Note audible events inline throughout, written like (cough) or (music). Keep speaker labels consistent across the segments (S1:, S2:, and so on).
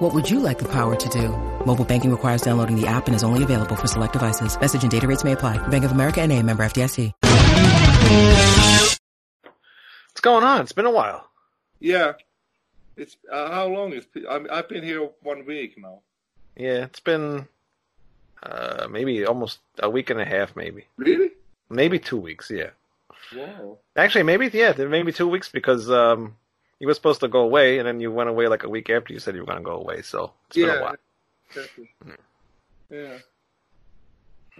S1: What would you like the power to do? Mobile banking requires downloading the app and is only available for select devices. Message and data rates may apply. Bank of America and a member FDIC.
S2: What's going on? It's been a while.
S3: Yeah. It's uh, how long is I mean, I've been here one week now.
S2: Yeah, it's been uh, maybe almost a week and a half, maybe.
S3: Really?
S2: Maybe two weeks, yeah.
S3: Wow.
S2: Actually, maybe, yeah, maybe two weeks because um, you were supposed to go away and then you went away like a week after you said you were going to go away, so it's been a
S3: Yeah.
S2: while. Hmm.
S3: Exactly. Yeah.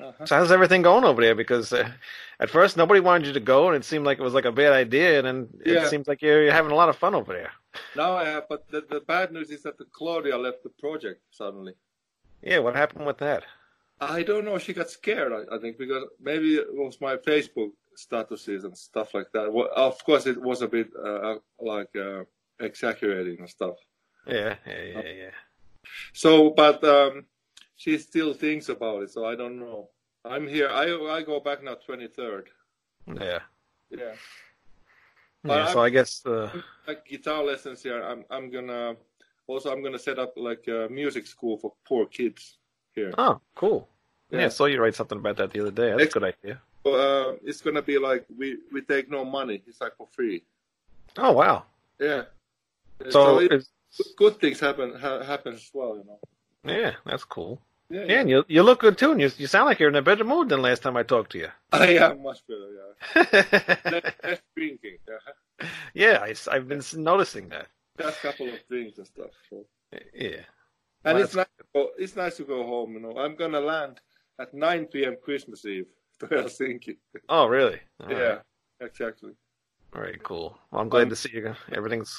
S3: Uh-huh.
S2: So how's everything going over there? Because uh, at first nobody wanted you to go and it seemed like it was like a bad idea and then
S3: Yeah.
S2: it seems like you're, you're having a lot of fun over there.
S3: Now I have, but the, the bad news is that the Claudia left the project suddenly.
S2: Yeah, what happened with that?
S3: I don't know. She got scared, I, I think, because maybe it was my Facebook statuses and stuff like that. Well, of course, it was a bit uh, like uh, exaggerating and stuff.
S2: Yeah, yeah, yeah, yeah.
S3: So, but um, she still thinks about it. So I don't know. I'm here. I I go back now 23rd.
S2: Yeah.
S3: Yeah. But
S2: yeah so I guess uh,
S3: like guitar lessons here. I'm I'm gonna also I'm gonna set up like a music school for poor kids here.
S2: Oh, cool. Yeah,
S3: Yeah.
S2: I saw you write something about that the other day. That's
S3: Ex-
S2: a good idea.
S3: So, uh, it's gonna be like we we take no money. It's like for free.
S2: Oh, wow.
S3: Yeah.
S2: So,
S3: it-
S2: it's,
S3: good things happen ha- happen as well, you know.
S2: yeah, that's cool.
S3: Yeah,
S2: Yeah, and you you look good too, and you you sound like you're in a better mood than last time I talked to you.
S3: (laughs)
S2: (laughs)
S3: I am much better. Yeah, less, less drinking. Yeah,
S2: yeah, I, have been s- noticing that.
S3: just a couple of drinks and stuff. So.
S2: Yeah.
S3: And
S2: Well,
S3: it's nice. To go, it's nice to go home. You know, I'm gonna land at 9 p.m. Christmas Eve (laughs) to Helsinki.
S2: Oh, really? All
S3: yeah,
S2: right.
S3: exactly.
S2: All right, cool. Well, I'm glad
S3: Um,
S2: to see you. Everything's.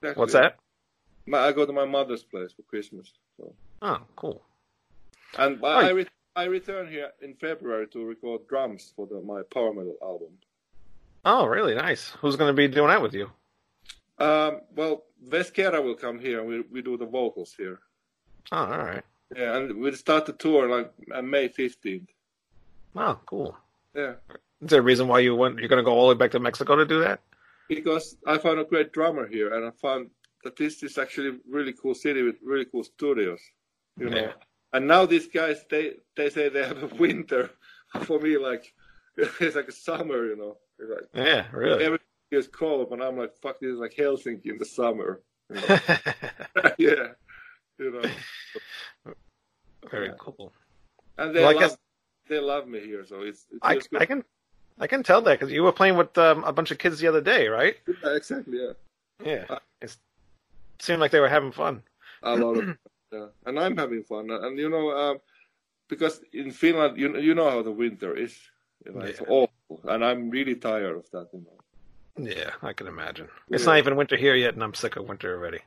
S3: exactly.
S2: What's that?
S3: My, I go to my mother's place for Christmas. So.
S2: Oh, cool.
S3: And
S2: Oh,
S3: I, I,
S2: you-
S3: re- I return here in February to record drums for the, my power metal album.
S2: Oh, really? Nice. Who's going to be doing that with you?
S3: Um, well, Vesquera will come here and we, we do the vocals here.
S2: Oh, all right.
S3: Yeah, and we'll start the tour like on May 15th.
S2: Wow, cool.
S3: Yeah,
S2: Is there a reason why you went? You're going to go all the way back to Mexico to do that?
S3: because I found a great drummer here and I found that this is actually a really cool city with really cool studios. You know,
S2: Yeah.
S3: and now these guys they they say they have a (laughs) winter. For me, like (laughs) it's like a summer. You know, It's like
S2: Yeah, really.
S3: everything is cold, but I'm like, fuck, this is like Helsinki in the summer. (laughs) yeah, you know.
S2: (laughs) Very
S3: Yeah.
S2: cool.
S3: And they
S2: Well, I
S3: love,
S2: guess-
S3: they love me here, so it's, it's
S2: I,
S3: just good.
S2: I can I can tell that because you were playing with um, a bunch of kids the other day, right?
S3: Yeah, exactly. Yeah,
S2: Yeah,
S3: Uh,
S2: it seemed like they were having fun.
S3: a lot of yeah. and I'm having fun, and you know, um, because in Finland, you you know how the winter is. You know, It's
S2: Yeah.
S3: awful, and I'm really tired of that. You know.
S2: Yeah, I can imagine. It's not even winter here yet, and I'm sick of winter already.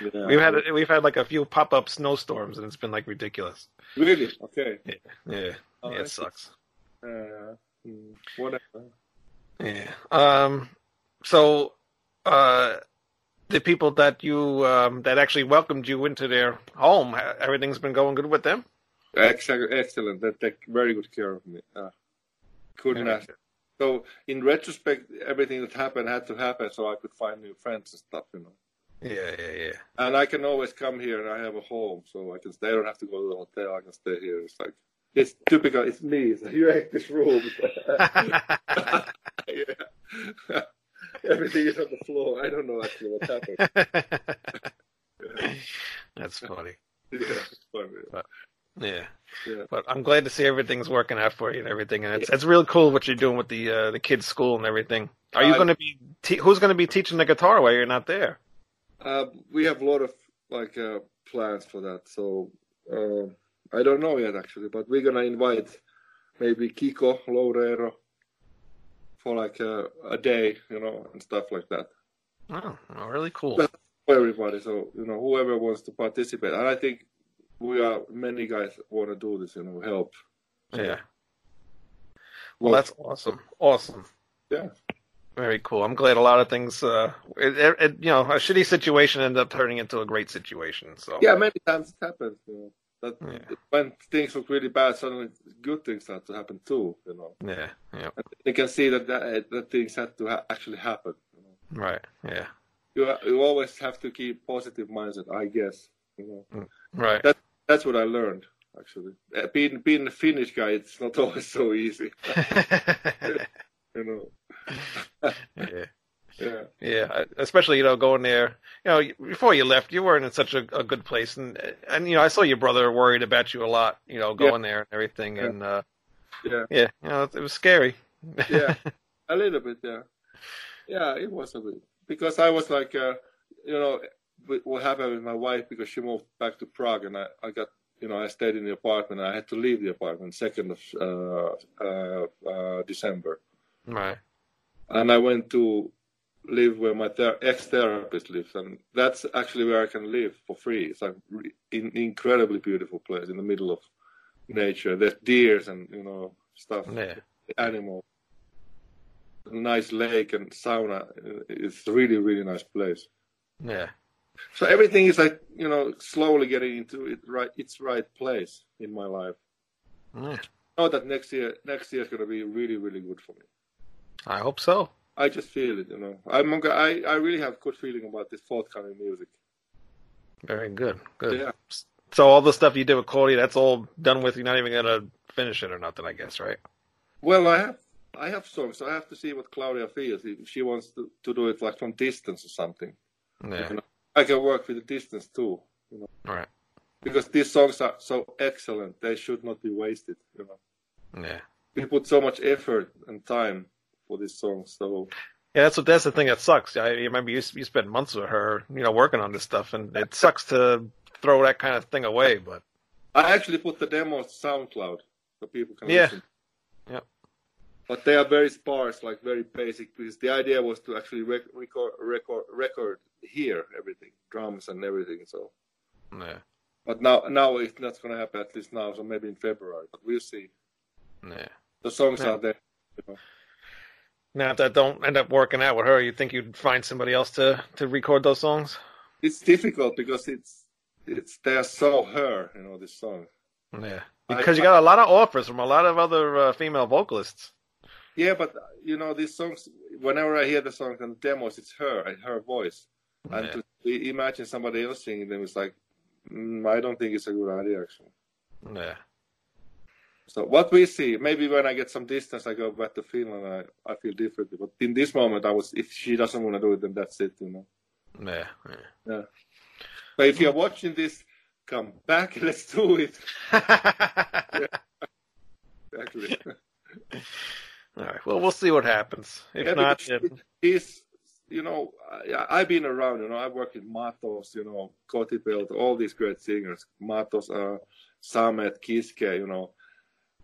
S3: Yeah.
S2: We've had we've had like a few pop up snowstorms, and it's been like ridiculous.
S3: really okay.
S2: Yeah, yeah,
S3: Oh,
S2: yeah
S3: I
S2: it
S3: see.
S2: sucks.
S3: Uh, mm, whatever.
S2: Yeah. Um. So, uh, the people that you um that actually welcomed you into their home, ha- everything's been going good with them.
S3: Exactly, excellent. They take very good care of me. Uh, couldn't ask. So in retrospect, everything that happened had to happen so I could find new friends and stuff, you know.
S2: Yeah, yeah, yeah.
S3: And I can always come here and I have a home, so I can stay. I don't have to go to the hotel. I can stay here. It's like it's typical. It's me. It's like, you have this (laughs) room.
S2: (laughs)
S3: yeah. Everything is on the floor. I don't know actually what
S2: (laughs)
S3: happened.
S2: That's funny.
S3: (laughs) Yeah, it's funny.
S2: Yeah.
S3: Yeah.
S2: But I'm glad to see everything's working out for you and everything, and it's it's real cool what you're doing with the uh, the kids' school and everything. Are you
S3: I-
S2: going to be te- who's going to be teaching the guitar while you're not there?
S3: Uh, we have a lot of like uh, plans for that. So uh, I don't know yet actually, but we're gonna invite maybe Kiko Loureiro for like a, a day, you know, and stuff like that
S2: Oh, oh, really cool.
S3: But- for everybody. So you know, whoever wants to participate, and I think we are many guys want to do this, you know, help.
S2: Yeah. Well, that's awesome. Awesome.
S3: Yeah.
S2: Very cool. I'm glad a lot of things. Uh, it, it, it, you know, a shitty situation ended up turning into a great situation. So
S3: Yeah, many times it happens. You know, that
S2: Yeah.
S3: when things look really bad, suddenly good things start to happen too. You know,
S2: yeah, yeah,
S3: you can see that that, that things had to ha- actually happen. You, know.
S2: right, yeah,
S3: you ha- you always have to keep positive mindset, I guess. You know,
S2: right.
S3: that that's what I learned actually. Uh, Being being a Finnish guy, it's not (laughs) always so easy. You know,
S2: (laughs) yeah.
S3: yeah.
S2: Yeah, especially you know going there. You know, before you left, you weren't in such a, a good place, and and you know I saw your brother worried about you a lot. You know,
S3: Yeah.
S2: going there and everything,
S3: Yeah.
S2: and uh,
S3: Yeah.
S2: yeah, you know it was scary.
S3: yeah, a little bit, yeah, yeah, it was a bit because I was like, uh, you know, with- what happened with my wife because she moved back to Prague and I, I got, you know, I stayed in the apartment. I had to leave the apartment second of uh, uh, uh, December,
S2: right.
S3: and I went to live where my ther- ex-therapist lives, and that's actually where I can live for free. It's like re- in, incredibly beautiful place in the middle of nature. There's deers and you know stuff
S2: Yeah.
S3: animal. Nice lake and sauna. It's really, really nice place.
S2: Yeah.
S3: So everything is like you know, slowly getting into it right its right place in my life.
S2: Yeah.
S3: Know that next year, next year is going to be really, really good for me.
S2: I hope so.
S3: I just feel it, you know. I'm, I, I really have good feeling about this forthcoming music.
S2: Very good. Good.
S3: Yeah.
S2: So all the stuff you did with Cody, that's all done with. You're not even gonna finish it or nothing, I guess, right?
S3: Well, I have, I have songs. So I have to see what Claudia feels. If she wants to, to do it like from distance or something,
S2: Yeah.
S3: You know, I can work with the distance too.
S2: Right.
S3: because these songs are so excellent they should not be wasted you know
S2: Yeah.
S3: we put so much effort and time for these songs so
S2: Yeah, that's what that's the thing that sucks. I remember you you spent months with her, you know, working on this stuff, and it sucks to throw that kind of thing away. But
S3: i actually put the demo on soundcloud so people can
S2: Yeah.
S3: listen
S2: Yep.
S3: but they are very sparse like very basic because the idea was to actually rec- record record record here everything drums and everything so
S2: yeah,
S3: but now now it's not going to happen at least now so maybe in february but we'll see
S2: yeah.
S3: the songs
S2: Yeah.
S3: are there you know.
S2: Now if that don't end up working out with her, you think you'd find somebody else to to record those songs?
S3: it's difficult because it's it's they're so her you know this song
S2: Yeah,
S3: I-
S2: because you got a lot of offers from a lot of other uh, female vocalists.
S3: Yeah, but uh, you know these songs. Whenever I hear the songs and the demos, it's her and her voice. And
S2: Yeah.
S3: to i- imagine somebody else singing them is like, mm, I don't think it's a good idea actually.
S2: Yeah,
S3: So what we see, maybe when I get some distance, I go back to Finland. And I I feel differently. But in this moment, I was if she doesn't want to do it, then that's it, you know.
S2: yeah,
S3: Yeah. But if you're watching this, come back. (laughs) Let's do it.
S2: yeah.
S3: Actually,
S2: (laughs) All right. Well, we'll see what happens. If
S3: Yeah,
S2: not,
S3: because
S2: then-
S3: it- it's you know I, I've been around. You know, I've worked with Matos, you know, Kotipelt, all these great singers, Matos, uh, Samet, Kiske, you know,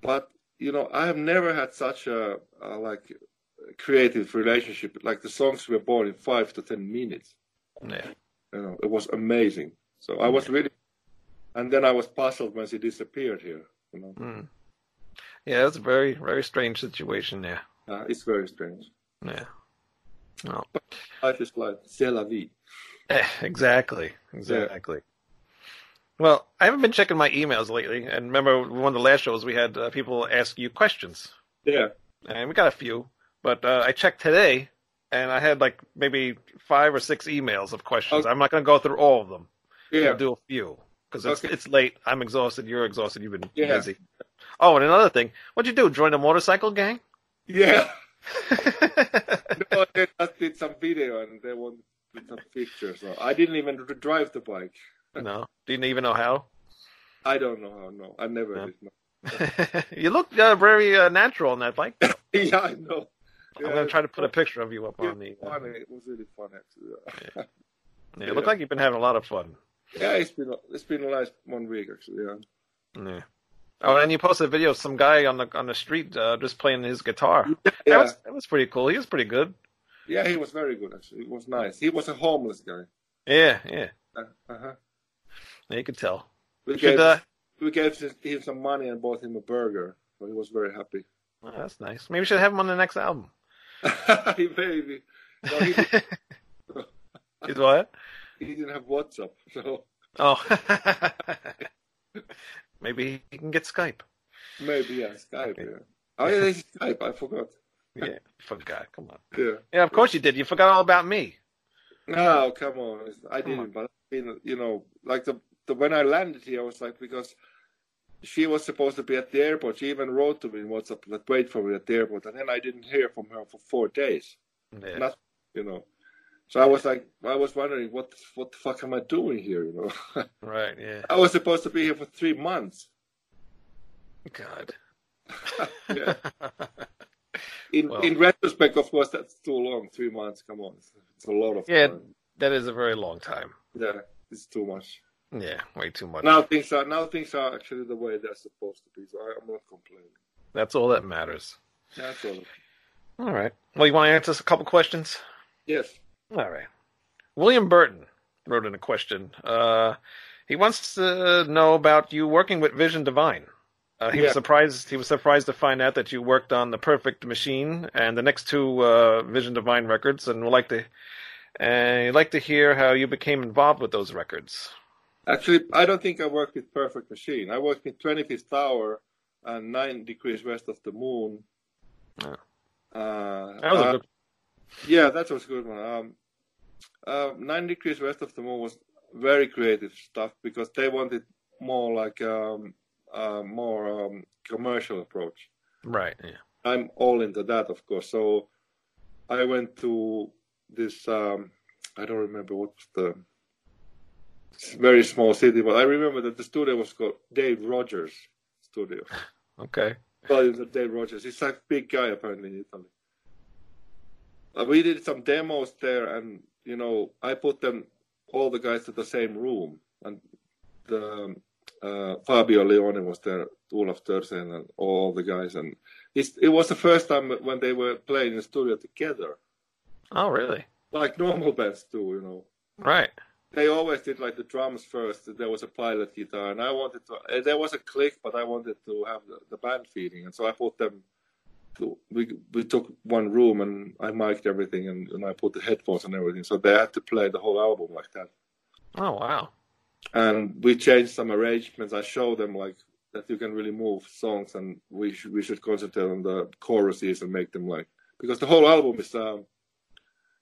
S3: but you know I have never had such a, a like creative relationship. Like the songs were born in five to ten minutes.
S2: (laughs) yeah,
S3: You know, it was amazing. So I was really, and then I was puzzled when she disappeared here. You know,
S2: mm. yeah. That's a very very strange situation. Yeah,
S3: uh, it's very strange.
S2: yeah.
S3: Life is like c'est la vie.
S2: Eh, Exactly. Exactly. Well, I haven't been checking my emails lately, and remember one of the last shows we had uh, people ask you questions,
S3: Yeah.
S2: and we got a few. But uh, I checked today, and I had like maybe five or six emails of questions.
S3: Okay.
S2: I'm not going to go through all of them.
S3: Yeah.
S2: We'll do a few because it's
S3: Okay.
S2: it's late. I'm exhausted. You're exhausted. You've been
S3: Yeah.
S2: busy. Oh, and another thing, what'd you do? Join the motorcycle gang? (laughs)
S3: Yeah. no, they just did some video and they wanted some pictures. So I didn't even r- drive the bike.
S2: no, didn't even know how. (laughs)
S3: I don't know how. No, I never
S2: Yeah.
S3: did. No. (laughs)
S2: you look uh, very uh, natural on that bike.
S3: yeah, I know.
S2: I'm gonna try to put a picture of you up
S3: Yeah,
S2: on the.
S3: it
S2: Uh,
S3: was funny. It was really fun actually. Yeah,
S2: yeah, it looked like you've been having a lot of fun.
S3: yeah it's been it's been a nice one week actually. Yeah.
S2: Yeah. Oh, and you posted a video of some guy on the on the street uh, just playing his guitar.
S3: Yeah.
S2: That was that was pretty cool. He was pretty good.
S3: yeah, he was very good actually. It was nice. He was a homeless guy.
S2: Yeah, yeah.
S3: Uh huh.
S2: Yeah, You could tell.
S3: We
S2: Should,
S3: gave
S2: uh,
S3: we gave him some money and bought him a burger. So he was very happy. (laughs)
S2: Oh, that's nice. Maybe we should have him on the next album.
S3: Maybe. No, he, didn't-
S2: Is what?
S3: he didn't have WhatsApp, (laughs) so
S2: Oh. (laughs) Maybe he can get Skype.
S3: maybe yeah, Skype. Yeah. Oh yeah, it's Skype. I forgot.
S2: Yeah, forgot. Come on.
S3: Yeah.
S2: Yeah, of course you did. You forgot all about me.
S3: No, come on. It's- I
S2: Come
S3: didn't, but I mean, you know, like the, the when I landed here, I was like because she was supposed to be at the airport. She even wrote to me in WhatsApp that wait for me at the airport, and then I didn't hear from her for four days.
S2: Yeah.
S3: Not, you know. So I was like, I was wondering what what the fuck am I doing here? You know, (laughs)
S2: Right. Yeah.
S3: I was supposed to be here for three months.
S2: God.
S3: (laughs) Yeah. In
S2: Well-
S3: in retrospect, of course, that's too long. Three months. Come on, it's, it's a lot of
S2: (laughs) Yeah.
S3: time.
S2: That is a very long time.
S3: Yeah, it's too much.
S2: Yeah. Way too much.
S3: Now things are now things are actually the way they're supposed to be. So I, I'm not complaining.
S2: That's all that matters.
S3: That's all.
S2: All right. Well, you want to answer us a couple questions?
S3: Yes.
S2: All right. William Burton wrote in a question. Uh, he wants to know about you working with Vision Divine. Uh, he
S3: Yeah.
S2: was surprised. He was surprised to find out that you worked on the Perfect Machine and the next two uh, Vision Divine records, and would like to and he'd like to hear how you became involved with those records.
S3: Actually, I don't think I worked with Perfect Machine. I worked with 25th Hour and Nine Degrees West of the Moon.
S2: Oh.
S3: Uh,
S2: That was
S3: uh,
S2: a good,
S3: Yeah, that was a good one. Um, uh, Nine Degrees West of the Moon was very creative stuff because they wanted more like um, uh, more um, commercial approach.
S2: right. Yeah.
S3: I'm all into that, of course. So I went to this. Um, I don't remember what was the it's a very small city, but I remember that the studio was called Dave Rogers Studio.
S2: Okay.
S3: Well, it's not Dave Rogers. He's a big guy apparently in Italy. Uh, we did some demos there, and you know, I put them all the guys to the same room, and the uh, Fabio Leone was there, Olaf Tersen, and all the guys, and it's, it was the first time when they were playing in the studio together,
S2: Oh, really?
S3: like normal bands do, you know
S2: Right.
S3: they always did like the drums first. There was a pilot guitar, and I wanted to. uh, There was a click, but I wanted to have the, the band feeling, and so I put them. To, we we took one room, and I mic'd everything, and, and I put the headphones and everything. So they had to play the whole album like that.
S2: Oh, wow.
S3: And we changed some arrangements. I showed them like that you can really move songs, and we should we should concentrate on the choruses and make them like because the whole album is um,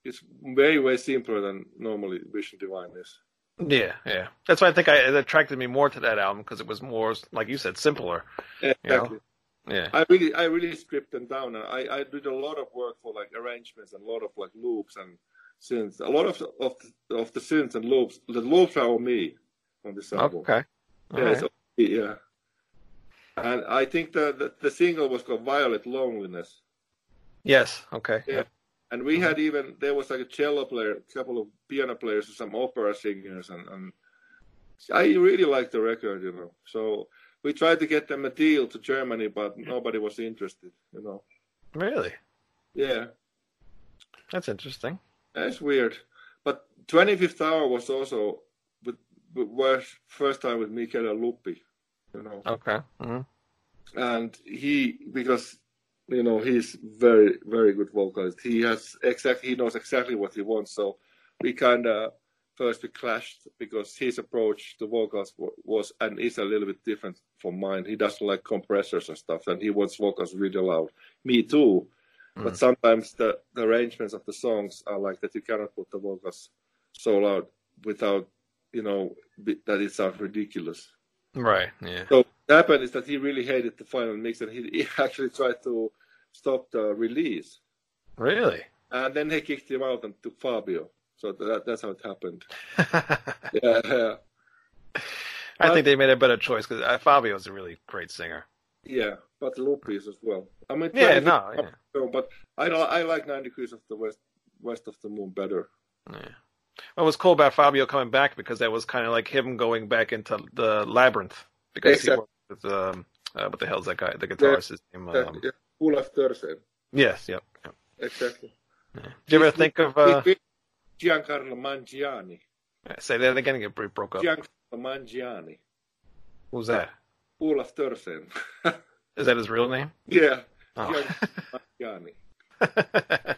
S3: it's way way simpler than normally Vision Divine is.
S2: Yeah, yeah. That's why I think I, it attracted me more to that album because it was more, like you said, simpler.
S3: Exactly.
S2: Yeah.
S3: I really, I really stripped them down, and I, I did a lot of work for like arrangements and a lot of like loops and synths. A lot of the- of the- of the synths and loops, the loops are on me on this album.
S2: Okay.
S3: Yeah, it's on me, yeah. And I think the, the the single was called "Violet Loneliness,"
S2: Yes. Okay.
S3: Yeah. and we had even there was like a cello player, a couple of piano players, and some opera singers, and, and I really liked the record, you know. So we tried to get them a deal to Germany, but nobody was interested, you know.
S2: Really?
S3: Yeah.
S2: That's interesting.
S3: That's weird. But 25th Hour was also with, with was first time with Michele Luppi, you know,
S2: Okay. hmm
S3: and he because you know he's very very good vocalist. He has exactly he knows exactly what he wants. So we kind of first we clashed because his approach to vocals wa- was and is a little bit different from mine. He doesn't like compressors and stuff, and he wants vocals really loud. Me too. But sometimes the, the arrangements of the songs are like that. You cannot put the vocals so loud without, you know, be, that it sounds ridiculous.
S2: Right. Yeah.
S3: So what happened is that he really hated the final mix, and he, (laughs) he actually tried to stop the release,
S2: Really? (laughs)
S3: and then he kicked him out and took Fabio. So that, that's how it
S2: (laughs)
S3: happened. Yeah, yeah,
S2: I
S3: Well-
S2: think they made a better choice because uh, Fabio's a really great singer.
S3: yeah. But Lupis as well. I mean,
S2: Yeah.
S3: 25th
S2: No. Yeah.
S3: Hour, But I don't- I like Nine Degrees of the West West of the Moon better.
S2: yeah. What was cool about Fabio coming back because that was kind of like him going back into the labyrinth because
S3: Exactly.
S2: he worked with um uh, what the hell's that guy the guitarist his name um,
S3: Exactly. yeah. Olaf Thursen.
S2: yes yep, yep.
S3: eh? Exactly.
S2: Do you ever think of uh,
S3: Giancarlo Mangiani.
S2: say that again? It broke up.
S3: Giancarlo Mangiani.
S2: Who's that?
S3: Olaf Thursen.
S2: Is that his real name?
S3: eh? (laughs) yeah.
S2: Oh.
S3: Yanni.
S2: (laughs)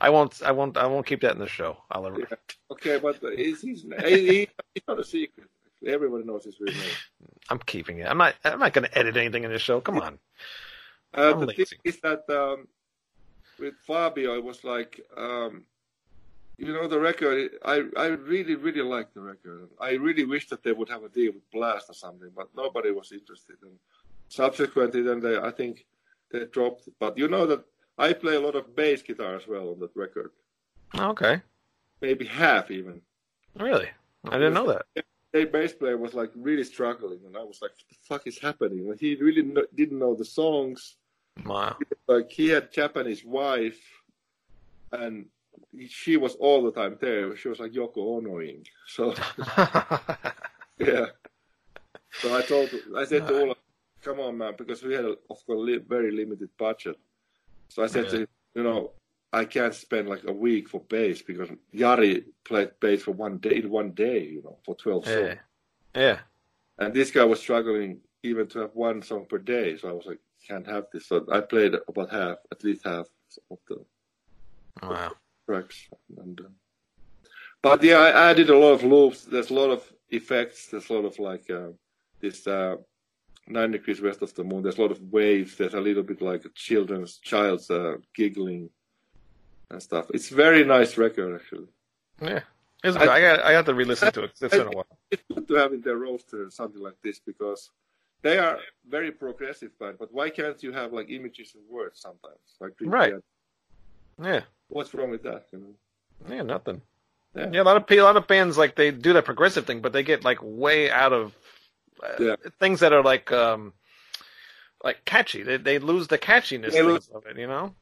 S2: I won't. I won't. I won't keep that in the show. I'll never.
S3: Yeah. Okay, but it's, it's, it's it's not a secret. Everybody knows his real name.
S2: I'm keeping it. I'm not. I'm not going to edit anything in the show. Come on.
S3: Uh,
S2: I'm
S3: the
S2: lazy.
S3: thing is that um, with Fabio, it was like, um, you know, the record. I I really really liked the record. I really wish that they would have a deal with Blast or something, but nobody was interested. And subsequently, then they I think they dropped. it. But you know that I play a lot of bass guitar as well on that record,
S2: Oh, Okay.
S3: maybe half even.
S2: Really? I didn't know that.
S3: Their bass player was like really struggling, and I was like, "What the fuck is happening?" Like, he really kno didn't know the songs.
S2: (laughs) Wow.
S3: like he had Japanese wife, and she was all the time there. She was like Yoko Onoing. So (laughs) yeah. So I told, I said to Ola, "Come on, man," because we had, of course, li- very limited budget. So I said to
S2: Yeah.
S3: him, "You know, I can't spend like a week for bass because Yari played bass for one day in one day, you know, for twelve
S2: yeah.
S3: songs,
S2: Yeah.
S3: and this guy was struggling even to have one song per day. So I was like." Can't have this. So I played about half, at least half of the
S2: Wow.
S3: tracks. And, uh, but yeah, I added a lot of loops. There's a lot of effects. There's a lot of like uh, this uh, nine degrees west of the moon. There's a lot of waves. There's a little bit like a children's child's uh, giggling and stuff. It's very nice record actually.
S2: Yeah. It's good. I got. I got to re-listen to it. It's been a while.
S3: It's good to have in their roster something like this because they are very progressive band. But why can't you have like images and words sometimes? Like Dream
S2: Right.
S3: Theater.
S2: Yeah.
S3: What's wrong with that? You know.
S2: Yeah. Nothing.
S3: Yeah.
S2: Yeah. A lot of pe- a lot of bands like they do that progressive thing, but they get like way out of uh,
S3: Yeah.
S2: things that are like um like catchy. They they lose the catchiness
S3: They lose-
S2: of it. You know.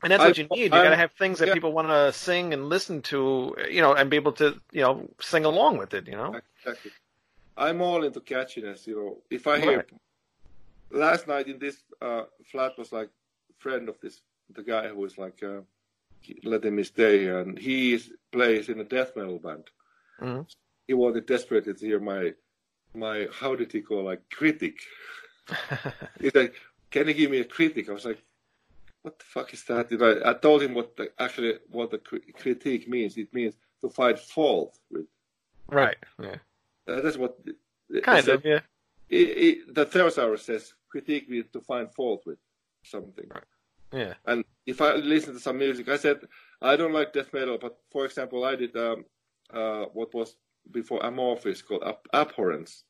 S2: And that's
S3: I-
S2: what you need. You
S3: I-
S2: got to have things that
S3: yeah.
S2: people want to sing and listen to, you know, and be able to, you know, sing along with it. You know.
S3: Exactly. I'm all into catchiness, you know. If I hear
S2: Right.
S3: last night in this uh, flat was like friend of this the guy who was like uh, he- letting me stay here, and he is, plays in a death metal band.
S2: Mhm.
S3: He wanted desperately to hear my my how did he call like critic.
S2: (laughs)
S3: He's like, "Can you give me a critic?" I was like, "What the fuck is that?" And I, I told him what the, actually what the cri- critique means. It means to find fault with.
S2: Right. Yeah.
S3: Uh, that's what
S2: Kind
S3: it's a-
S2: of. Yeah.
S3: it, it, the thesaurus says critique means to find fault with something.
S2: Yeah.
S3: And if I listen to some music, I said I don't like death metal, but for example, I did um, uh, what was before Amorphis called Ab- Abhorrence.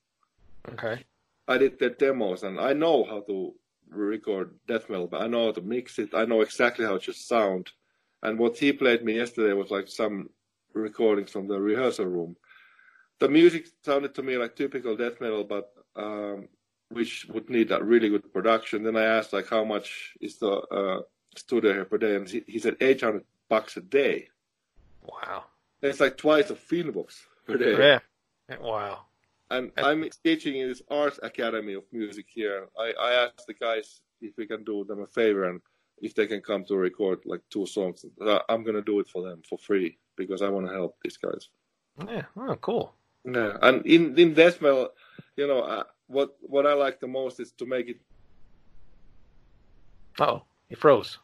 S2: Okay.
S3: I did their demos, and I know how to record death metal, but I know how to mix it. I know exactly how it should sound. And what he played me yesterday was like some recordings from the rehearsal room. The music sounded to me like typical death metal, but um, which would need a really good production. Then I asked like, how much is the uh, studio here per day? And he, he said 800 bucks a day.
S2: Wow.
S3: That's like twice of Finvox per day.
S2: Yeah. Wow.
S3: And
S2: I-
S3: I'm teaching in this arts academy of music here. I, I asked the guys if we can do them a favor and if they can come to record like two songs. Uh, I'm gonna do it for them for free because I want to help these guys.
S2: Yeah. Oh, cool.
S3: Yeah. And in in Desmel, you know, uh, what what I like the most is to make it.
S2: Oh, you froze.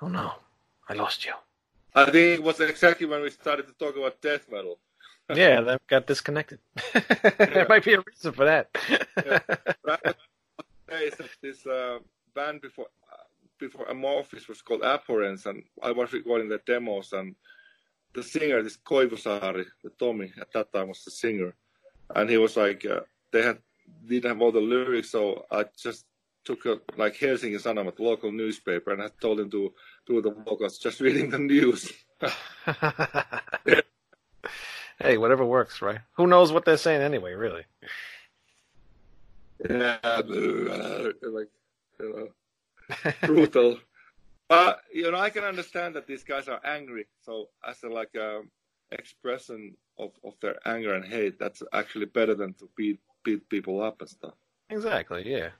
S2: Oh no, I lost you.
S3: I think it was exactly when we started to talk about death metal.
S2: Yeah, that got disconnected. (laughs) there might be a reason for that. (laughs)
S3: But I would say is that this uh, band before before Amorphis was called Abhorrence, and I was recording the demos, and the singer, this Koivusari, the Tommy, at that time was the singer, and he was like, uh, they had didn't have all the lyrics, so I just took a, like Helsingin Sanomat local newspaper, and I told him to do the vocals, just reading the news.
S2: hey, whatever works, right? Who knows what they're saying anyway? Really?
S3: Yeah, uh, (laughs) like you (laughs) know, brutal. But you know, I can understand that these guys are angry. So as a like um, expression of, of their anger and hate, that's actually better than to beat beat people up and stuff.
S2: Exactly. Yeah.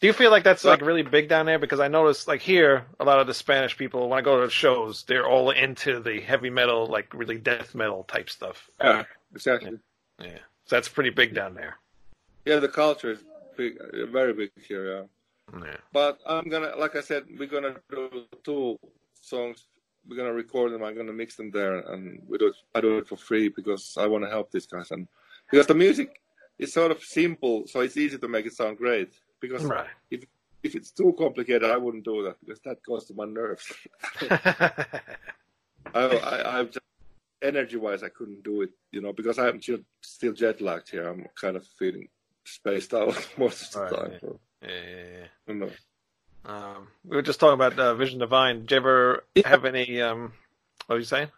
S2: Do you feel like that's like really big down there? Because I noticed like here, a lot of the Spanish people when I go to shows, they're all into the heavy metal, like really death metal type stuff.
S3: Yeah, exactly.
S2: Yeah, so that's pretty big down there.
S3: Yeah, the culture is big, very big here. Yeah.
S2: Yeah.
S3: But I'm gonna, like I said, we're gonna do two songs. We're gonna record them. I'm gonna mix them there, and we do. It, I do it for free because I want to help these guys, and because the music is sort of simple, so it's easy to make it sound great.
S2: (laughs)
S3: Because
S2: Right.
S3: if if it's too complicated, I wouldn't do that because that goes to my nerves. (laughs) I, I, I've just energy-wise, I couldn't do it, you know, because I'm still, still jet-lagged here. I'm kind of feeling spaced out (laughs) most of the
S2: Right,
S3: time.
S2: yeah. Yeah, yeah,
S3: you know.
S2: yeah. Um, we were just talking about uh, Vision Divine. Do you ever
S3: Yeah.
S2: have any? Um, what were you saying?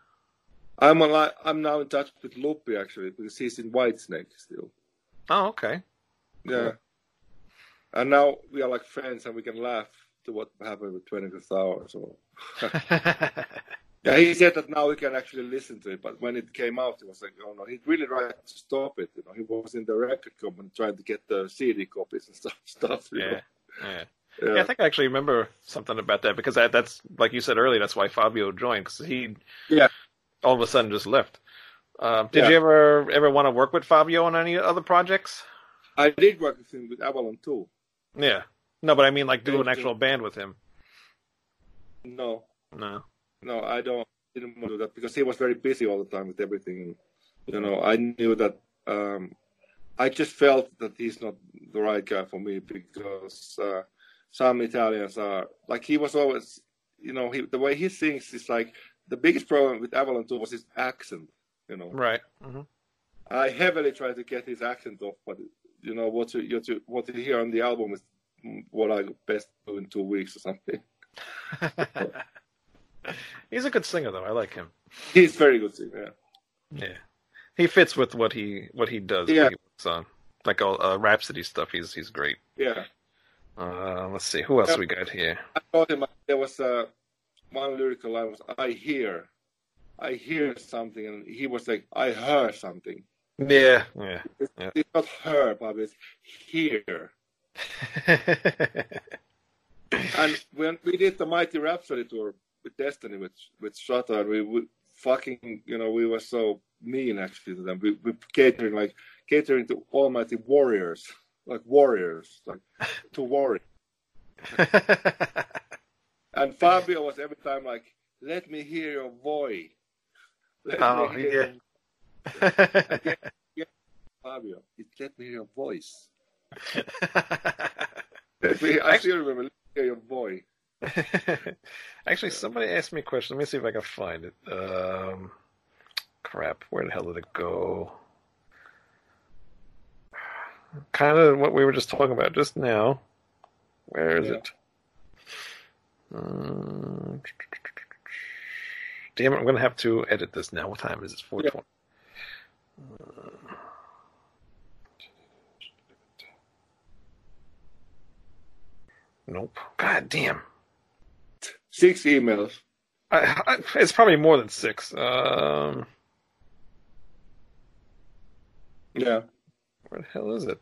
S3: I'm on, I'm now in touch with Lupi actually because he's in Whitesnake still.
S2: Oh,
S3: (laughs)
S2: okay.
S3: Yeah. And now we are like friends and we can laugh to what happened with 25th Hour. So yeah, he said that now we can actually listen to it, but when it came out, it was like, oh no, he really tried to stop it. You know, he was in the record company trying to get the CD copies and stuff. (laughs) stuff you
S2: yeah. yeah.
S3: know?
S2: Yeah, I think I actually remember something about that because that, that's like you said earlier. That's why Fabio joined because he,
S3: Yeah.
S2: all of a sudden just left. Uh, did
S3: Yeah.
S2: you ever ever want to work with Fabio on any other projects?
S3: I did work with him with Avalon too.
S2: Yeah, no, but I mean like do an
S3: Yeah.
S2: actual band with him.
S3: No,
S2: No,
S3: no, I don't didn't want to do that because he was very busy all the time with everything. And, you know, I knew that. Um, I just felt that he's not the right guy for me because uh, some Italians are like he was always, you know, he, the way he sings is like the biggest problem with Avalon Two was his accent. You know,
S2: right? hmm
S3: (laughs) I heavily tried to get his accent off, but you know what you, you to, what you hear on the album is mm, what I best do in two weeks or something.
S2: (laughs)
S3: (laughs)
S2: He's a good singer though. I like him.
S3: He's very good singer.
S2: Yeah, he fits with what he what he does.
S3: Yeah.
S2: what he works on. like all uh, Rhapsody stuff. He's he's great.
S3: Yeah. yeah.
S2: Uh, let's see who else
S3: Yeah.
S2: we got here.
S3: I told him there was uh, one lyrical line was "I hear, I hear something," and he was like, "I heard something."
S2: Yeah, yeah. (laughs)
S3: It's not her, but it's here. And when we did the Mighty Rhapsody tour with Destiny with with Shutter, and we would fucking you know we were so mean actually to them. We we catering like catering to almighty warriors, like warriors, like to warrior. And Fabio was every time like, "Let me hear your voice." (laughs) Let me
S2: Oh,
S3: hear
S2: yeah.
S3: your Fabio, it let me hear your voice. Let me, (laughs) I still remember, let me hear your voice.
S2: (laughs) Actually, somebody asked me a question. Let me see if I can find it. Um, crap, where the hell did it go? Kind of what we were just talking about just now. Where is
S3: Yeah.
S2: it? Um, damn it, I'm going to have to edit this now. What time is it? 420. Nope. God damn.
S3: Six emails.
S2: I, I, it's probably more than six. Um,
S3: Yeah.
S2: where the hell is it?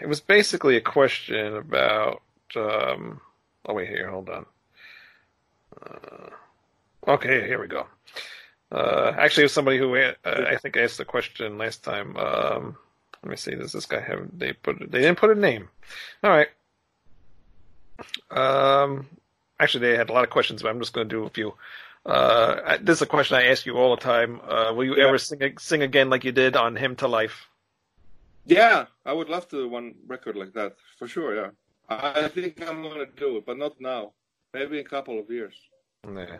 S2: It was basically a question about. Um, oh wait, here, hold on. Uh, okay, here we go. Uh, actually, it was somebody who uh, I think asked the question last time. Um, let me see. Does this guy have? They put. They didn't put a name. All right. Um, actually, they had a lot of questions, but I'm just going to do a few. Uh, I- this is a question I ask you all the time. Uh, will you
S3: Yeah.
S2: ever sing sing again like you did on "Hymn to Life"?
S3: Yeah, I would love to do one record like that for sure. Yeah, I I think I'm gonna do it, but not now. Maybe in a couple of years.
S2: Yeah.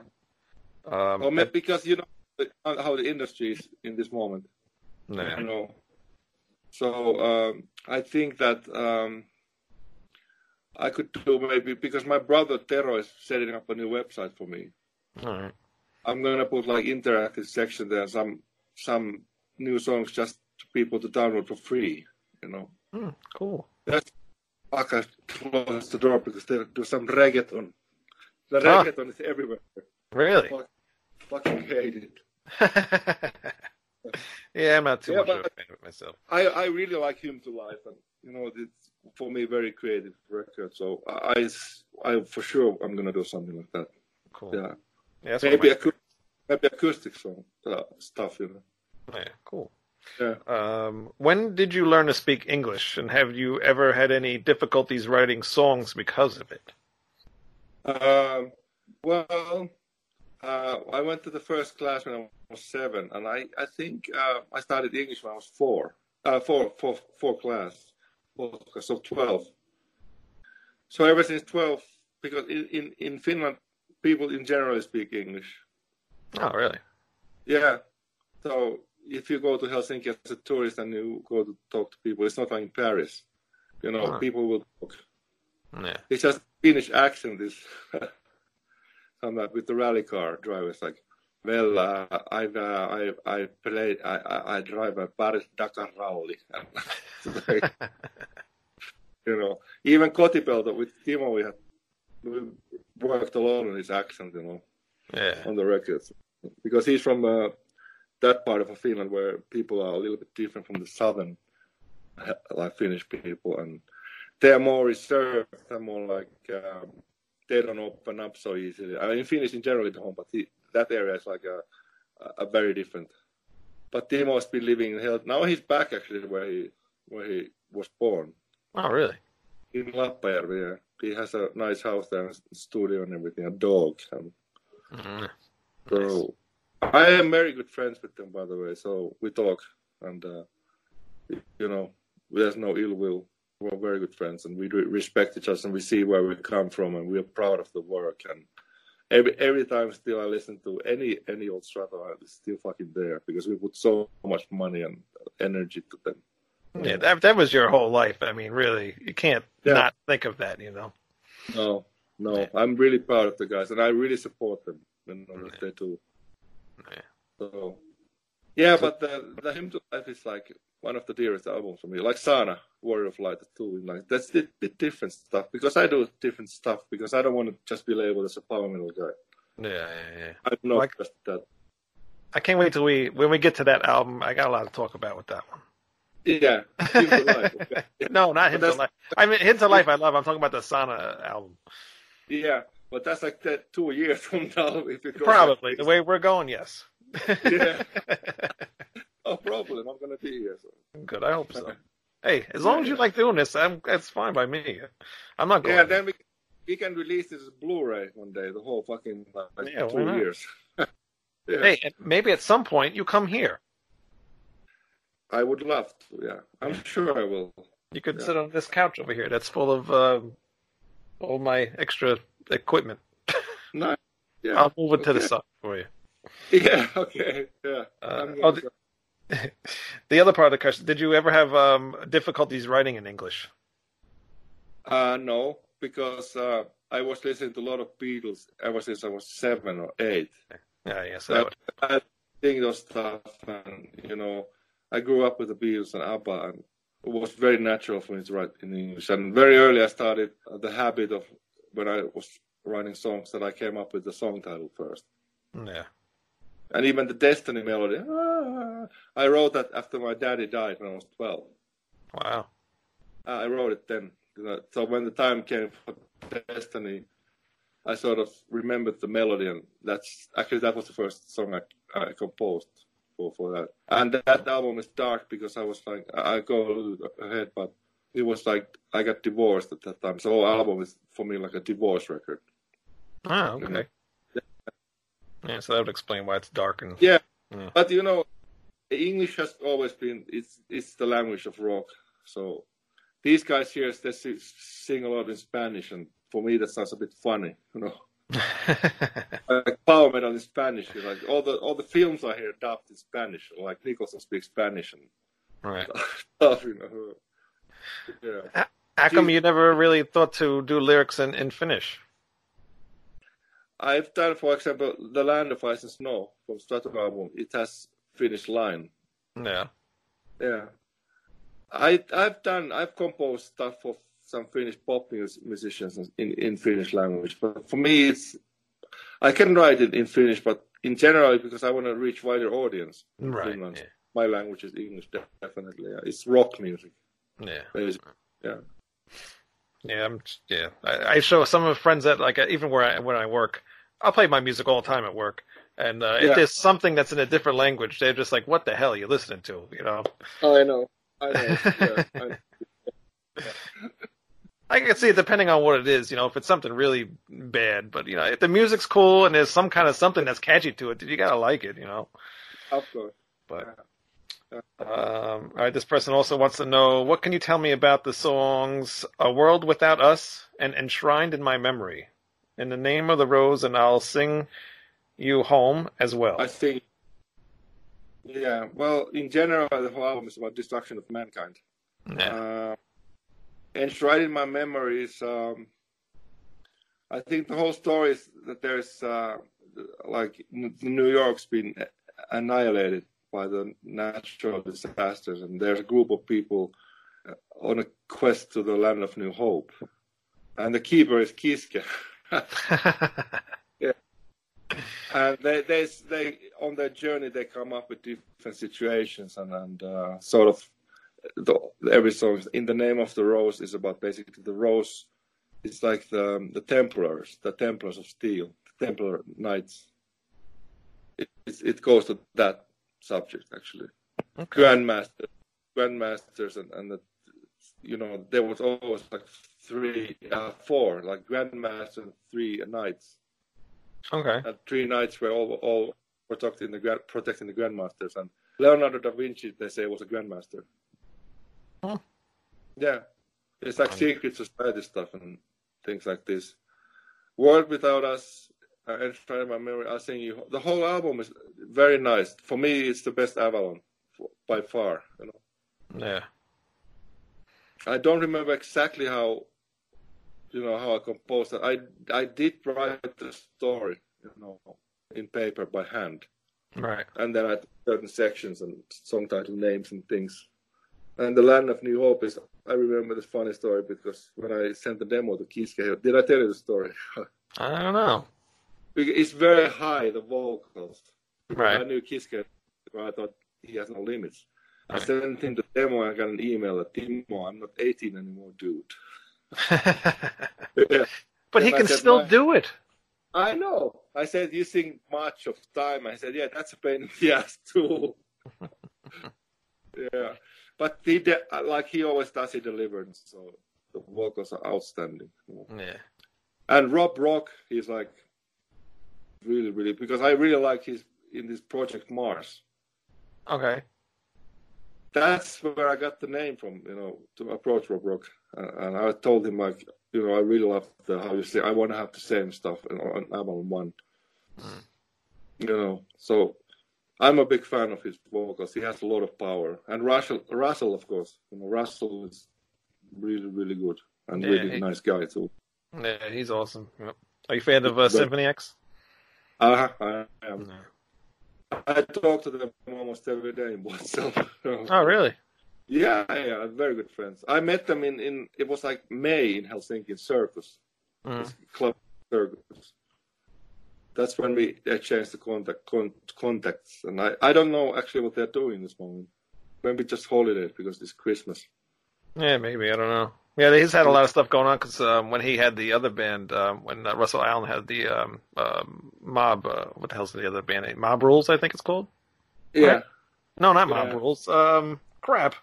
S2: Um,
S3: Or maybe because you know the- how the industry is in this moment. You
S2: yeah.
S3: know. So um, I think that um, I could do maybe because my brother Tero is setting up a new website for me.
S2: All right.
S3: I'm gonna put like interactive section there, some some new songs just to people to download for free. You know.
S2: Hmm, cool.
S3: Fuck, I closed the door because they do some reggaeton. The
S2: Ah.
S3: reggaeton is everywhere.
S2: Really?
S3: Fucking hate it.
S2: (laughs) yeah, I'm not too
S3: Yeah,
S2: much of
S3: but-
S2: a fan of it myself.
S3: I, I really like him to life, and you know it's for me very creative record. So I, I s- I for sure I'm gonna do something like that.
S2: Cool.
S3: Yeah,
S2: Yeah, that's one of
S3: maybe
S2: my-
S3: acou- maybe acoustic song uh, stuff. You know,
S2: yeah, cool.
S3: Yeah.
S2: Um, when did you learn to speak English, and have you ever had any difficulties writing songs because of it?
S3: Um, well, uh, I went to the first class when I was seven, and I, I think uh, I started English when I was four, uh, four, four, four class, four class of 12. So ever since 12, because in, in, in Finland, people in general speak English.
S2: Oh, really?
S3: Yeah. So if you go to Helsinki as a tourist and you go to talk to people, it's not like in Paris. You know,
S2: Ah.
S3: people will talk.
S2: Yeah.
S3: It's just Finnish accent is (laughs) come up with the rally car drivers like, well, uh, I've uh, I I play I I, I drive a Paris Dakar rally. (laughs) It's like, (laughs) you know, even Kotipelto with Timo, we had we worked a lot on his accent, you know,
S2: Yeah.
S3: on the records because he's from uh, that part of Finland where people are a little bit different from the southern uh, like Finnish people and they're more reserved. They're more like um, they don't open up so easily. I mean, Finnish in general is home, but the, that area is like a, a, a very different. But Timo has been living in Helsinki. Now he's back actually where he where he was born
S2: Oh, really?
S3: in Lappajärvi. Yeah. He has a nice house there, and a studio and everything, a dog. And
S2: Mm.
S3: so I am very good friends with them, by the way. So we talk, and uh, you know, there's no ill will. We're very good friends, and we do respect each other, and we see where we come from, and we're proud of the work. And every every time, still, I listen to any any old Stratovarius, it's still fucking there because we put so much money and energy to them.
S2: Yeah, that that was your whole life. I mean, really, you can't
S3: Yeah.
S2: not think of that. You know.
S3: No, no, I'm really proud of the guys, and I really support them in what
S2: Yeah.
S3: they do.
S2: Yeah.
S3: So, yeah, but the the hymn to life is like one of the dearest albums for me. Like Sana, Warrior of Light, too. Like that's the, the different stuff because I do different stuff because I don't want to just be labeled as a power metal guy.
S2: Yeah, yeah, yeah.
S3: I'm not
S2: Like-
S3: just that.
S2: I can't wait till we when we get to that album. I got a lot to talk about with that one.
S3: Yeah, hymn to life.
S2: (laughs)
S3: okay.
S2: no, not
S3: But
S2: Hint to
S3: that's-
S2: Life. I mean, Hint to Life. I love. I'm talking about the Sana album.
S3: Yeah, but that's like that two years from now if you go
S2: Probably
S3: back.
S2: the way we're going. Yes. (laughs)
S3: Yeah. Oh, probably I'm gonna be here. So.
S2: Good. I hope so. Hey, as long as you like doing this, I'm, that's fine by me. I'm not going.
S3: Yeah, then we we can release this as Blu-ray one day. The whole fucking like,
S2: Yeah, why
S3: two
S2: not?
S3: years. (laughs) yeah,
S2: Hey, and maybe at some point you come here.
S3: I would love to. Yeah, I'm sure I will.
S2: You could
S3: Yeah.
S2: sit on this couch over here. That's full of uh, all my extra equipment.
S3: No, yeah,
S2: I'll move it to the
S3: Okay.
S2: side for you.
S3: (laughs) yeah, okay, yeah.
S2: Uh,
S3: I'm
S2: oh,
S3: gonna
S2: the-
S3: go.
S2: The other part of the question: Did you ever have um, difficulties writing in English?
S3: uh, no, because uh, I was listening to a lot of Beatles ever since I was seven or eight.
S2: Yeah, yes,
S3: Yeah.
S2: I would.
S3: I think those stuff, and you know, I grew up with the Beatles and ABBA, and it was very natural for me to write in English. And very early, I started the habit of when I was writing songs that I came up with the song title first,
S2: Yeah.
S3: and even the Destiny melody. ah, I wrote that after my daddy died when I was twelve.
S2: Wow.
S3: Uh, I wrote it then. you know. So when the time came for Destiny, I sort of remembered the melody, and that's actually that was the first song I, I composed for for that. And that album is dark because I was like, I I go a little ahead, but it was like I got divorced at that time, so whole album is for me like a divorce record.
S2: Oh, okay. Yeah, so that would explain why it's dark and
S3: Yeah,
S2: Yeah.
S3: but you know, English has always been it's it's the language of rock. So these guys here they si- sing a lot in Spanish, and for me that sounds a bit funny. You know, like power metal in Spanish. you know, Like all the all the films I hear dubbed in Spanish. Like Nicholson speaks Spanish and
S2: (laughs)
S3: (laughs)
S2: right.
S3: stuff. You know, yeah.
S2: How come you never really thought to do lyrics in, in Finnish?
S3: I've done, for example, "The Land of Ice and Snow" from Stratum album. It has Finnish line.
S2: Yeah.
S3: Yeah, I I've done I've composed stuff for some Finnish pop mus- musicians in in Finnish language, but for me it's I can write it in Finnish, but in general because I want to reach wider audience. in
S2: Right.
S3: Finland.
S2: yeah.
S3: My language is English, de- definitely. yeah. It's rock music.
S2: Yeah.
S3: basically. Yeah,
S2: Yeah, I'm just- yeah. I, I show some of the friends that like even where I when I work, I'll play my music all the time at work, And uh,
S3: Yeah.
S2: if there's something that's in a different language, they're just like, "What the hell are you listening to?" You know.
S3: Oh, I know. I (laughs) know. Yeah, I,
S2: I can see it depending on what it is, you know, if it's something really bad, but you know, if the music's cool and there's some kind of something that's catchy to it, you gotta like it, you know.
S3: of course.
S2: But um, all right, this person also wants to know what can you tell me about the songs "A World Without Us" and "Enshrined in My Memory," in the name of the rose, and I'll sing you home as well.
S3: I think. Yeah. Well, in general, the whole album is about destruction of mankind.
S2: yeah.
S3: Uh, enshrined in my memory is, um, I think the whole story is that there's uh, like N- New York's been annihilated by the natural disasters, and there's a group of people uh, on a quest to the land of new hope, and the keeper is Kiske. and Uh, they, they, they on their journey they come up with different situations and and uh, sort of the, every song is- in the name of the rose is about basically the rose it's like the um, the templars the templars of steel the templar knights it, it, it goes to that subject actually
S2: Okay.
S3: grandmaster grandmasters and, and the, you know there was always like three uh, four like grandmaster and three knights
S2: (laughs) okay.
S3: and three knights were all, all protecting the grand, protecting the grandmasters. And Leonardo da Vinci, they say, was a grandmaster.
S2: Huh.
S3: Yeah, it's like secret society stuff and things like this. World Without Us, uh, Enshrined in My Memory, I sing you. The whole album is very nice. For me, it's the best Avalon f- by far. You know.
S2: Yeah.
S3: I don't remember exactly how, you know, how I composed it. I I did write the story, you know, in paper by hand,
S2: Right.
S3: and then I had certain sections and song title names and things. And the land of new hope is. I remember this funny story because when I sent the demo to Kiske, did I tell you the story?
S2: I don't know.
S3: it's very high the vocals. I
S2: Right.
S3: knew Kiske, but I thought he has no limits. I
S2: Right.
S3: sent him the demo and I got an email that Timo, I'm not 18 anymore, dude.
S2: (laughs)
S3: Yeah.
S2: but he
S3: Yeah,
S2: can
S3: that's
S2: still
S3: my-
S2: do it.
S3: I know. I said you sing much of time. I said, yeah, that's a pain in the (laughs) ass too. yeah, but he de- like he always does. He delivers. So the vocals are outstanding.
S2: Yeah.
S3: And Rob Rock, he's like really, really because I really like his in this project Mars.
S2: Okay.
S3: That's where I got the name from. You know, to approach Rob Rock, and, and I told him like, you know, I really love the how you say. I want to have the same stuff you know, on album one.
S2: Mm.
S3: you know. So I'm a big fan of his vocals. He has a lot of power, and Russell, Russell, of course, you know, Russell is really, really good and
S2: Yeah,
S3: really
S2: he-
S3: nice guy too.
S2: Yeah, he's awesome. Yep. Are you a fan of uh, Symphony X?
S3: Uh, I am.
S2: No. Mm.
S3: I talk to them almost every day in WhatsApp. (laughs)
S2: Oh, really?
S3: Yeah, yeah, very good friends. I met them in in it was like May in Helsinki in Circus
S2: Mm.
S3: Club Circus. That's when we exchanged the contact con, contacts, and I I don't know actually what they're doing this moment. Maybe just holidays because it's Christmas.
S2: Yeah, maybe. I don't know. Yeah, he's had a lot of stuff going on because um, when he had the other band, um, when uh, Russell Allen had the um, um Mob, uh, what the hell's the other band? Mob Rules, I think it's called.
S3: Yeah,
S2: No, not Mob
S3: Yeah.
S2: Rules. Um, crap.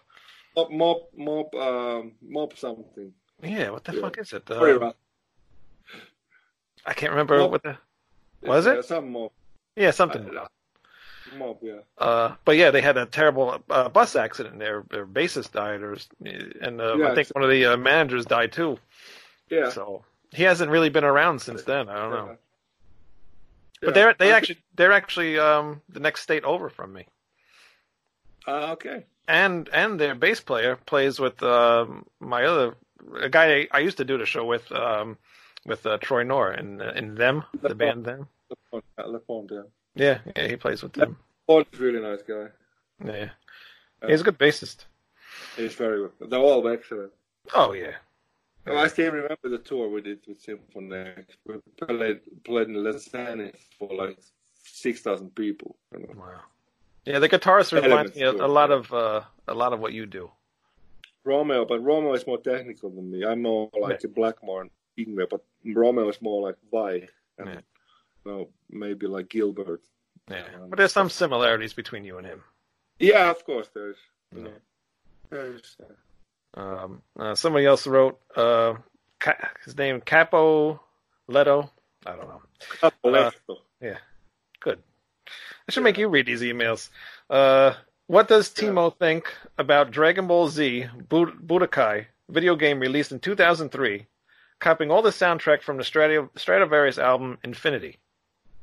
S3: mob, mob, mob, um, mob something.
S2: Yeah, what the
S3: Yeah.
S2: fuck is it?
S3: Sorry
S2: Um,
S3: about
S2: I can't remember
S3: Mob-
S2: what the. was
S3: yeah,
S2: it?
S3: some mob,
S2: Yeah, something.
S3: mob, yeah.
S2: Uh, but yeah, they had a terrible uh, bus accident. Their their bassist died, or and uh,
S3: Yeah,
S2: I think one of the uh, managers died too.
S3: Yeah.
S2: So he hasn't really been around since then. I don't know.
S3: yeah.
S2: But they're they
S3: Yeah.
S2: actually they're actually um the next state over from me.
S3: Ah, okay.
S2: And and their bass player plays with um my other a guy I used to do the show with um with uh, Troy Nor in uh, in them the band them.
S3: LePont, uh, LePont, yeah.
S2: Yeah, yeah, he plays with them.
S3: Lepont's a really nice guy.
S2: Yeah. He's a good bassist.
S3: He's very good. They're all excellent.
S2: Oh yeah.
S3: Oh, I still remember the tour we did with Symphonic. We played, played in Lausanne for like 6,000 people. you know.
S2: Wow. Yeah, the guitarist reminds
S3: Elements
S2: me a,
S3: too.
S2: a lot of uh a lot of what you do.
S3: Romeo, but Romeo is more technical than me. I'm more like a Blackmore and Ingwe, but Romeo is more like Vi. And,
S2: Yeah.
S3: Well, maybe like Gilbert.
S2: Yeah. But there's some similarities between you and him.
S3: Yeah, of course there is. You
S2: Yeah.
S3: know. There's, uh,
S2: Um, uh, somebody else wrote uh, Ca- his name Capo Leto. I don't know. Uh,
S3: Leto.
S2: Yeah, good. I should make you read these emails. Uh, what does Timo think about Dragon Ball Z Bud- Budokai video game released in 2003, copying all the soundtrack from the Stradi- Stradivarius album Infinity?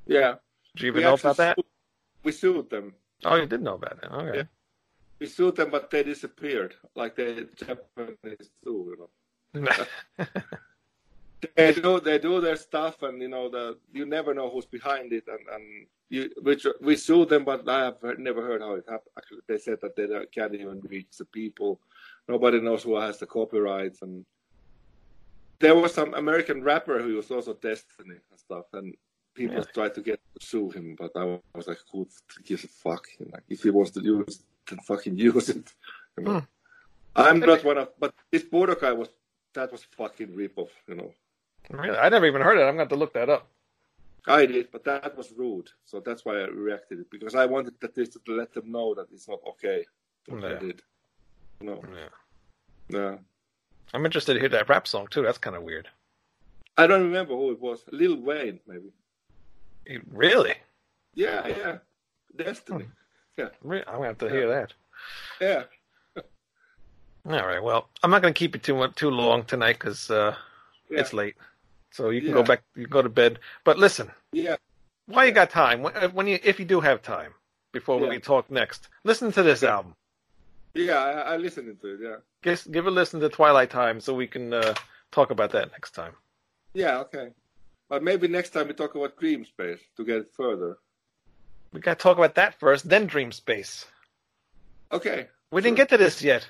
S3: yeah.
S2: Do you even
S3: We
S2: know
S3: actually
S2: about that?
S3: sued- We sued them.
S2: Oh, you did know about that. Okay.
S3: Yeah. We sued them, but they disappeared. Like the Japanese do, you know. they do they do their stuff and you know the you never know who's behind it and and you which we sue them but i have heard, never heard how it happened actually they said that they don't, can't even reach the people nobody knows who has the copyrights and there was some american rapper who was also destiny and stuff and people
S2: Really?
S3: tried to get to sue him but i was like who gives a fuck like if he wants to use it then fucking use it you know? i'm not one of but this Budokai was that was fucking ripoff you know
S2: (laughs) really? I never even heard it. I'm going to have to look that up.
S3: I did, but that was rude. So that's why I reacted it because I wanted that this to let them know that it's not okay. What
S2: Yeah.
S3: I did. No.
S2: Yeah.
S3: No.
S2: I'm interested to hear that rap song, too. That's kind of weird.
S3: I don't remember who it was. Lil Wayne, maybe.
S2: You- Really?
S3: Yeah, yeah. Destiny.
S2: Re- I'm going to have to hear that.
S3: Yeah.
S2: All right. Well, I'm not going to keep you too mu- too long tonight because uh,
S3: Yeah.
S2: it's late. So you can go
S3: Yeah.
S2: back, you can go to bed. But listen,
S3: yeah.
S2: while you got time, when, uh, when you if you do have time, before
S3: Yeah.
S2: we talk next, listen to this album.
S3: Yeah, I, I listened to it, yeah.
S2: Give give a listen to Twilight Time, so we can uh, talk about that next time.
S3: Yeah, okay. But maybe next time we talk about Dream Space to get it further.
S2: We got to talk about that first, then Dream Space.
S3: Okay.
S2: We didn't get to this yet.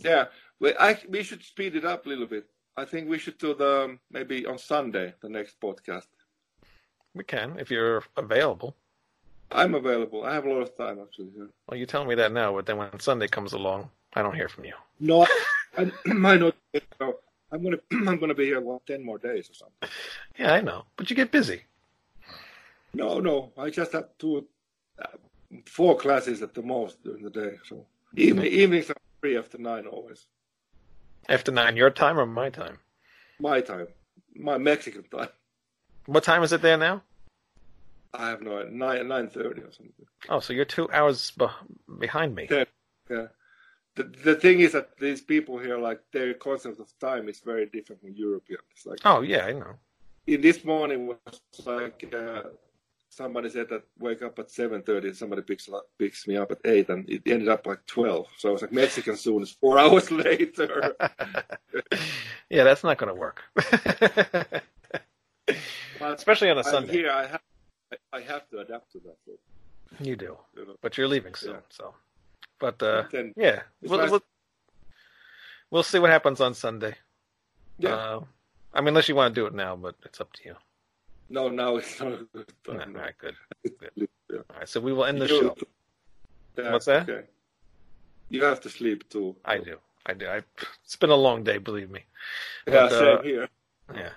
S3: Yeah. We I we should speed it up a little bit. I think we should do the um, maybe on Sunday, the next podcast.
S2: We can if you're available.
S3: I'm available. I have a lot of time actually here.
S2: Well, you tell me that now, but then when Sunday comes along, I don't hear from you.
S3: No, I, (clears throat) I know. so I'm gonna (clears throat) I'm gonna be here what, ten more days or something.
S2: Yeah, I know, but you get busy.
S3: No, no, I just have two, uh, four classes at the most during the day. So even evenings are free after nine always.
S2: After nine, your time or my time?
S3: My time, my Mexican time.
S2: What time is it there now?
S3: I have no nine nine thirty or something.
S2: Oh, so you're two hours beh behind me.
S3: Yeah, yeah. The the thing is that these people here, like their concept of time is very different from Europeans. Like
S2: Oh, yeah, I
S3: (laughs)
S2: know.
S3: in this morning was like uh, somebody said that wake up at 7.30 and somebody picks, lo- picks me up at 8 and it ended up like 12 so i was like mexican soon is four (laughs)
S2: (laughs)
S3: hours later
S2: yeah, that's not going to
S3: (laughs)
S2: work.
S3: but
S2: Especially on a
S3: I'm
S2: Sunday.
S3: here i have I- I have to adapt to that. so,
S2: You do.
S3: you know.
S2: But you're leaving soon,
S3: Yeah.
S2: so. But, uh,
S3: Then-
S2: yeah. We'll,
S3: nice-
S2: we'll, we'll see what happens on Sunday.
S3: Yeah.
S2: Uh, I mean, unless you want to do it now, but it's up to you.
S3: No, now it's not a good
S2: All (laughs)
S3: time.
S2: right, good.
S3: Yeah.
S2: All right, so we will end the
S3: You-
S2: show.
S3: Yeah,
S2: What's that?
S3: Okay. You have to sleep too.
S2: I do. I do. I, it's been a long day, believe me.
S3: Yeah,
S2: But,
S3: same
S2: uh,
S3: here.
S2: Yeah,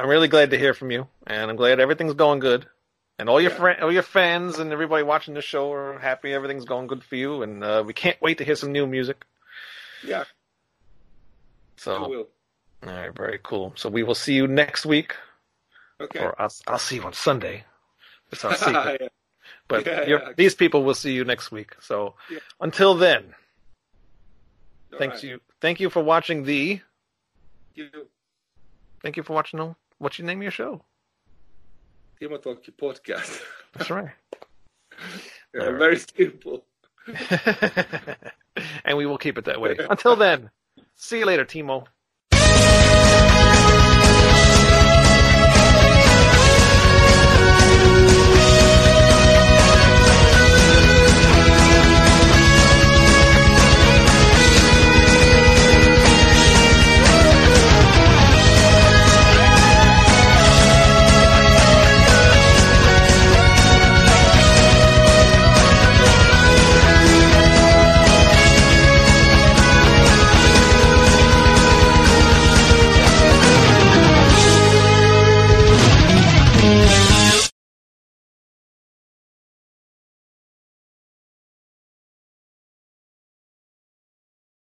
S2: I'm really glad to hear from you, and I'm glad everything's going good, and all your
S3: Yeah.
S2: friend, all your fans, and everybody watching the show are happy. Everything's going good for you, and uh, we can't wait to hear some new music.
S3: Yeah, I
S2: So,
S3: will.
S2: all right, very cool. So we will see you next week,
S3: Okay.
S2: or I'll, I'll see you on Sunday. It's
S3: (laughs)
S2: our secret,
S3: Yeah.
S2: but
S3: Yeah,
S2: you're-
S3: yeah.
S2: these people will see you next week. So,
S3: Yeah.
S2: until then,
S3: All
S2: thanks
S3: right.
S2: you, thank you for watching the,
S3: You-
S2: thank you for watching. the- What's your name of your show?
S3: Timo Talkie podcast. (laughs)
S2: That's right. (laughs)
S3: Yeah,
S2: All right.
S3: Very simple.
S2: and we will keep it that way. Until then, see you later, Timo.